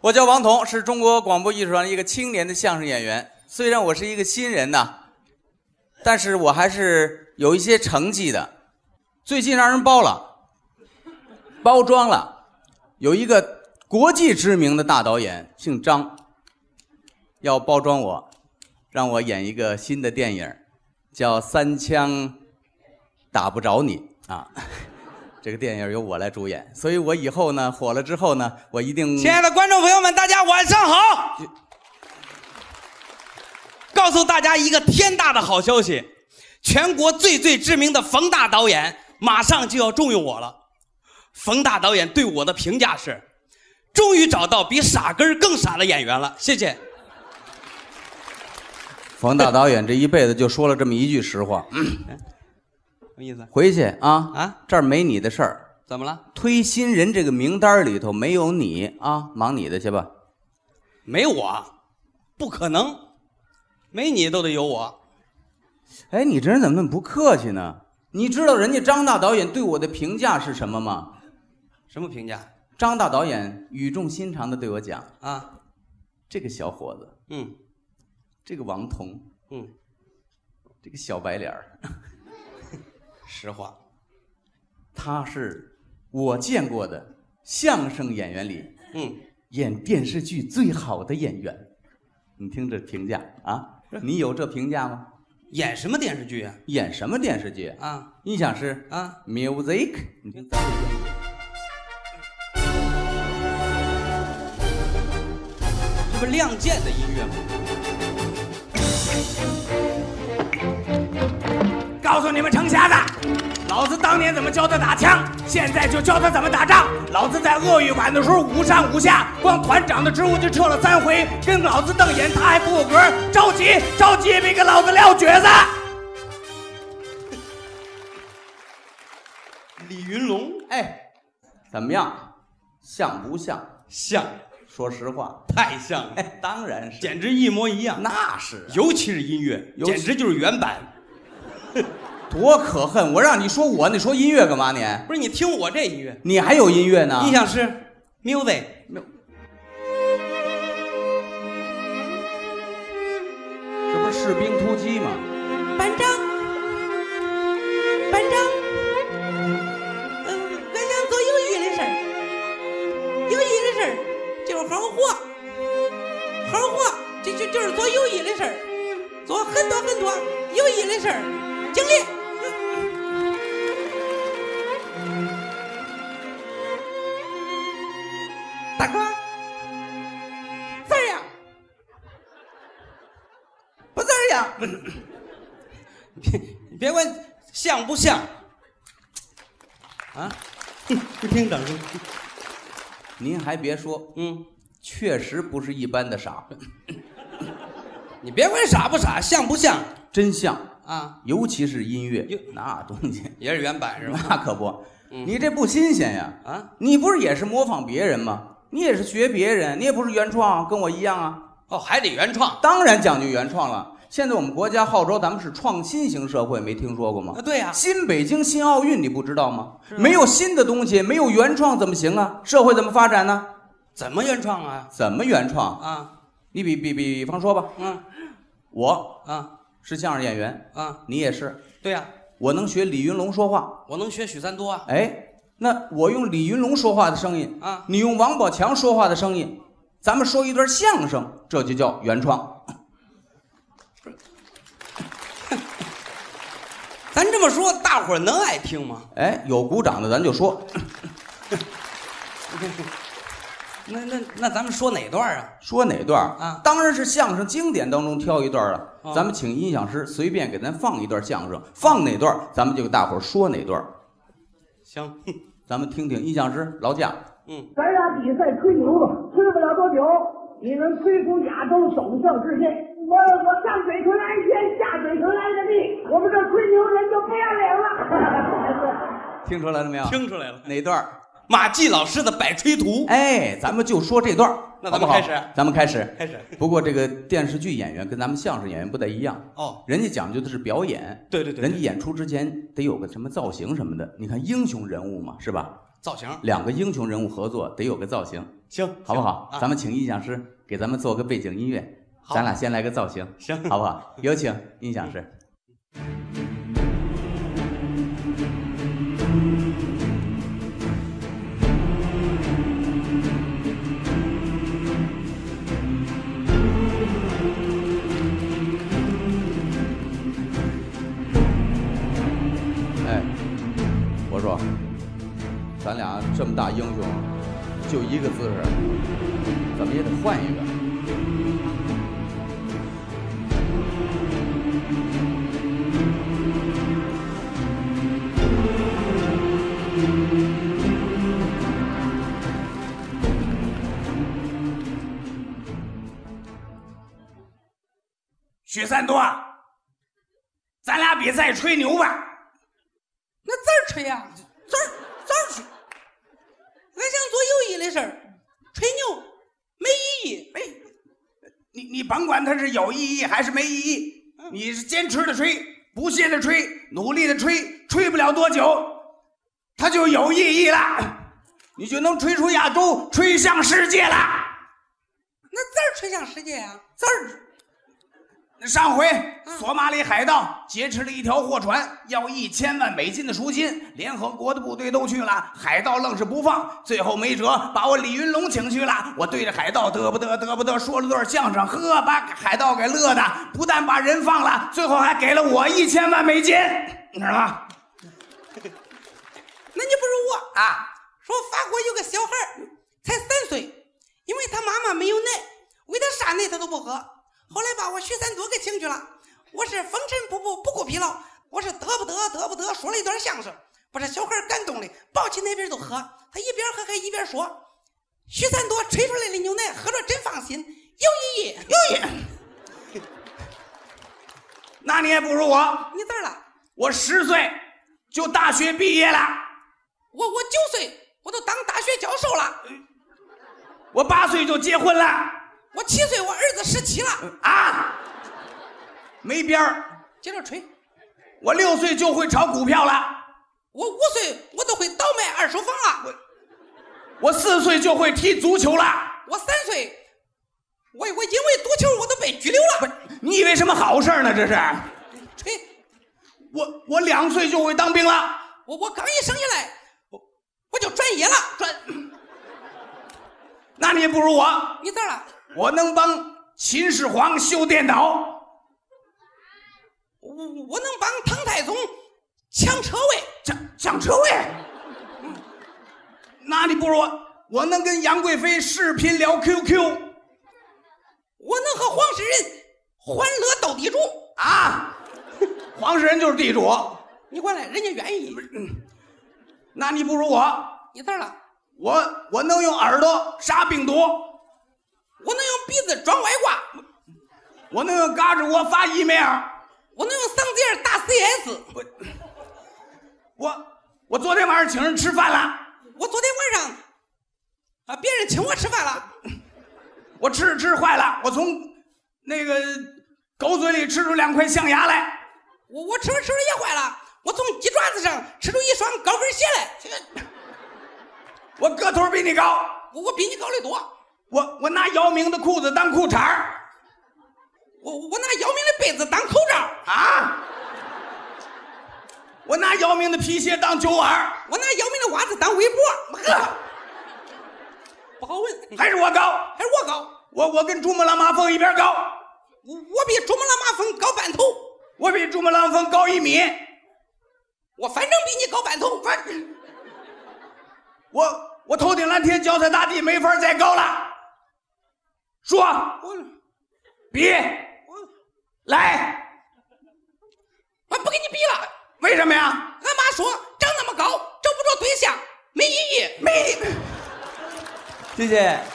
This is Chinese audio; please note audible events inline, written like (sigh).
我叫王彤，是中国广播艺术团的一个青年的相声演员。虽然我是一个新人呐，但是我还是有一些成绩的。最近让人包了，包装了，有一个国际知名的大导演姓张，要包装我，让我演一个新的电影，叫《三枪打不着你》啊。 (laughs) 这个电影由我来主演，所以我以后呢火了之后呢，我一定亲爱的观众朋友们，大家晚上好！告诉大家一个天大的好消息，全国最最知名的冯大导演马上就要重用我了。冯大导演对我的评价是：终于找到比傻根儿更傻的演员了。谢谢。冯大导演这一辈子就说了这么一句实话：什么意思？回去啊啊，这儿没你的事儿，怎么了？推新人这个名单里头没有你啊，忙你的去吧。没我？啊不可能，没你都得有我。哎，你这人怎么那么不客气呢？你知道人家张大导演对我的评价是什么吗？什么评价张大导演语重心长的对我讲啊？：“这个小伙子，嗯这个王彤，嗯，这个小白脸儿，实话。他是我见过的相声演员里嗯，演电视剧最好的演员。你听这评价啊，你有这评价吗？演什么电视剧啊？演什么电视剧？啊音响是啊！ music，你听咱们这个这不《亮剑》的音乐吗？告诉你们程瞎子，老子当年怎么教他打枪，现在就教他怎么打仗。老子在鄂豫皖的时候无上无下，光团长的职务就撤了三回，跟老子瞪眼他还不够格，着急着急，别给老子撂蹶子。李云龙哎，怎么样？像不像？像，说实话，太像了，哎，当然是，简直一模一样。那是啊尤其是音乐，尤其简直就是原版。多可恨！我让你说我，你说音乐干嘛你？不是你听我这音乐，你还有音乐呢？音响师 music 没有，这不是士兵突击吗？班长，班长，嗯、我想做有意义的事儿。有意义的事儿就是好好活，好好活，就就就是做有意义的事儿，做很多很多有意义的事儿。经理，大哥，字儿呀，不字儿呀。 (laughs) 你别管像不像啊？ (laughs) 哼不听掌声。您还别说，嗯，确实不是一般的傻，你别管傻不傻，像不像真像，啊？尤其是音乐哟，那东西也是原版是吧？嗯那可不，你这不新鲜呀！啊，你不是也是模仿别人吗？你也是学别人，你也不是原创，跟我一样啊。哦，还得原创当然讲究原创了。现在我们国家号召咱们是创新型社会，没听说过吗啊？？对呀、新北京、新奥运，你不知道吗？没有新的东西，没有原创怎么行啊？社会怎么发展呢？怎么原创啊？怎么原创？啊，你比比比方说吧，嗯，我啊是相声演员，啊，你也是，对呀、我能学李云龙说话，我能学许三多啊。哎，那我用李云龙说话的声音啊你用王宝强说话的声音，咱们说一段相声，这就叫原创。咱这么说，大伙儿能爱听吗？哎，有鼓掌的咱就说，那那那咱们说哪段啊？说哪段儿啊当然是相声经典当中挑一段儿了。哦咱们请音响师随便给咱放一段相声，放哪段儿咱们就给大伙儿说哪段儿。行， (laughs) 咱们听听音响师劳驾。嗯，咱俩比赛吹牛吧，吹不了多久，你能吹出亚洲首胜之篇。我我上嘴唇挨天，下嘴唇挨着地，我们这吹牛人就不要脸了。 (laughs) 听出来了没有？听出来了，哪段儿？马季老师的《百吹图》哎，咱们就说这段儿那咱们好不好开始啊咱们开始。开始。不过这个电视剧演员跟咱们相声演员不太一样，哦，人家讲究的是表演。对对对，人家演出之前得有个什么造型什么的，你看英雄人物嘛，是吧？造型两个英雄人物合作得有个造型，行，好不好？行啊咱们请音响师给咱们做个背景音乐，好咱俩先来个造型，行好不好？有请音响师。哎，我说，咱俩这么大英雄，就一个姿势，怎么也得换一个。许三多啊，咱俩比赛吹牛吧。那字儿吹呀，字儿字儿吹，俺想做有意义的事儿，吹牛没意义。哎，你你甭管它是有意义还是没意义，你是坚持的吹，不懈的吹，努力的吹，吹不了多久，它就有意义了，你就能吹出亚洲，吹向世界了。那字儿吹向世界啊，字儿上回索马里海盗劫持了一条货船，要一千万美金的赎金，联合国的部队都去了，海盗愣是不放，最后没辙，把我李云龙请去了。我对着海盗嘚不嘚嘚不嘚说了段相声，呵，把海盗给乐的，不但把人放了，最后还给了我一千万美金，你知道吗？那你不如我啊，说法国有个小孩儿才三岁，因为他妈妈没有奶，喂他啥奶他都不喝。后来把我许三多给请去了，我是风尘仆仆，不顾疲劳，我是得不得得不得说了一段相声，把这小孩儿感动的抱起那边就喝，他一边喝还一边说：“许三多吹出来的牛奶喝着真放心，有意义。哟爷，那你也不如我，”你咋了？我十岁就大学毕业了。我我九岁，我都当大学教授了，我八岁就结婚了我七岁，我儿子十七了，啊，没边儿。接着吹。我六岁就会炒股票了，我五岁，我都会倒卖二手房了。我四岁就会踢足球了。我三岁，我我因为赌球我都被拘留了。你以为什么好事儿呢？这是吹，我我两岁就会当兵了，我我刚一生下来，我我就转业了。转，那你也不如我，你咋了？我能帮秦始皇修电脑。我我我能帮唐太宗抢车位。抢抢车位，那你不如我，我能跟杨贵妃视频聊 QQ 我能和黄世仁欢乐斗地主。啊，黄世仁就是地主，你管来，人家愿意。那你不如我，你咋了？我我能用耳朵杀病毒，我能用鼻子装外挂，我能用胳肢窝发 email，我能用嗓子眼儿打 CS。我我昨天晚上请人吃饭了，我昨天晚上啊，别人请我吃饭了，我吃着吃着坏了，我从那个狗嘴里吃出两块象牙来，我我吃着吃着也坏了，我从鸡爪子上吃出一双高跟鞋来。这个我个头比你高，我我比你高得多，我我拿姚明的裤子当裤衩儿我我拿姚明的被子当口罩，啊，我拿姚明的皮鞋当酒碗儿我拿姚明的袜子当围脖，呵，不好闻，还是我高，还是我高，我我跟珠穆朗玛峰一边高，我我比珠穆朗玛峰高半头，我比珠穆朗玛峰高一米，我反正比你高半头，反我我头顶蓝天，脚踩大地，没法再高了。说。我比我来，我不跟你比了，为什么呀？俺妈啊说长那么高找不着对象没意义，没，谢谢。